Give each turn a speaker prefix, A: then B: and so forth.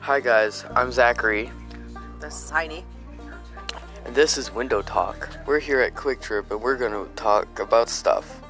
A: Hi guys, I'm Zachary,
B: This is Heiny.
A: and this is Window Talk. We're here at Quick Trip, and we're gonna talk about stuff.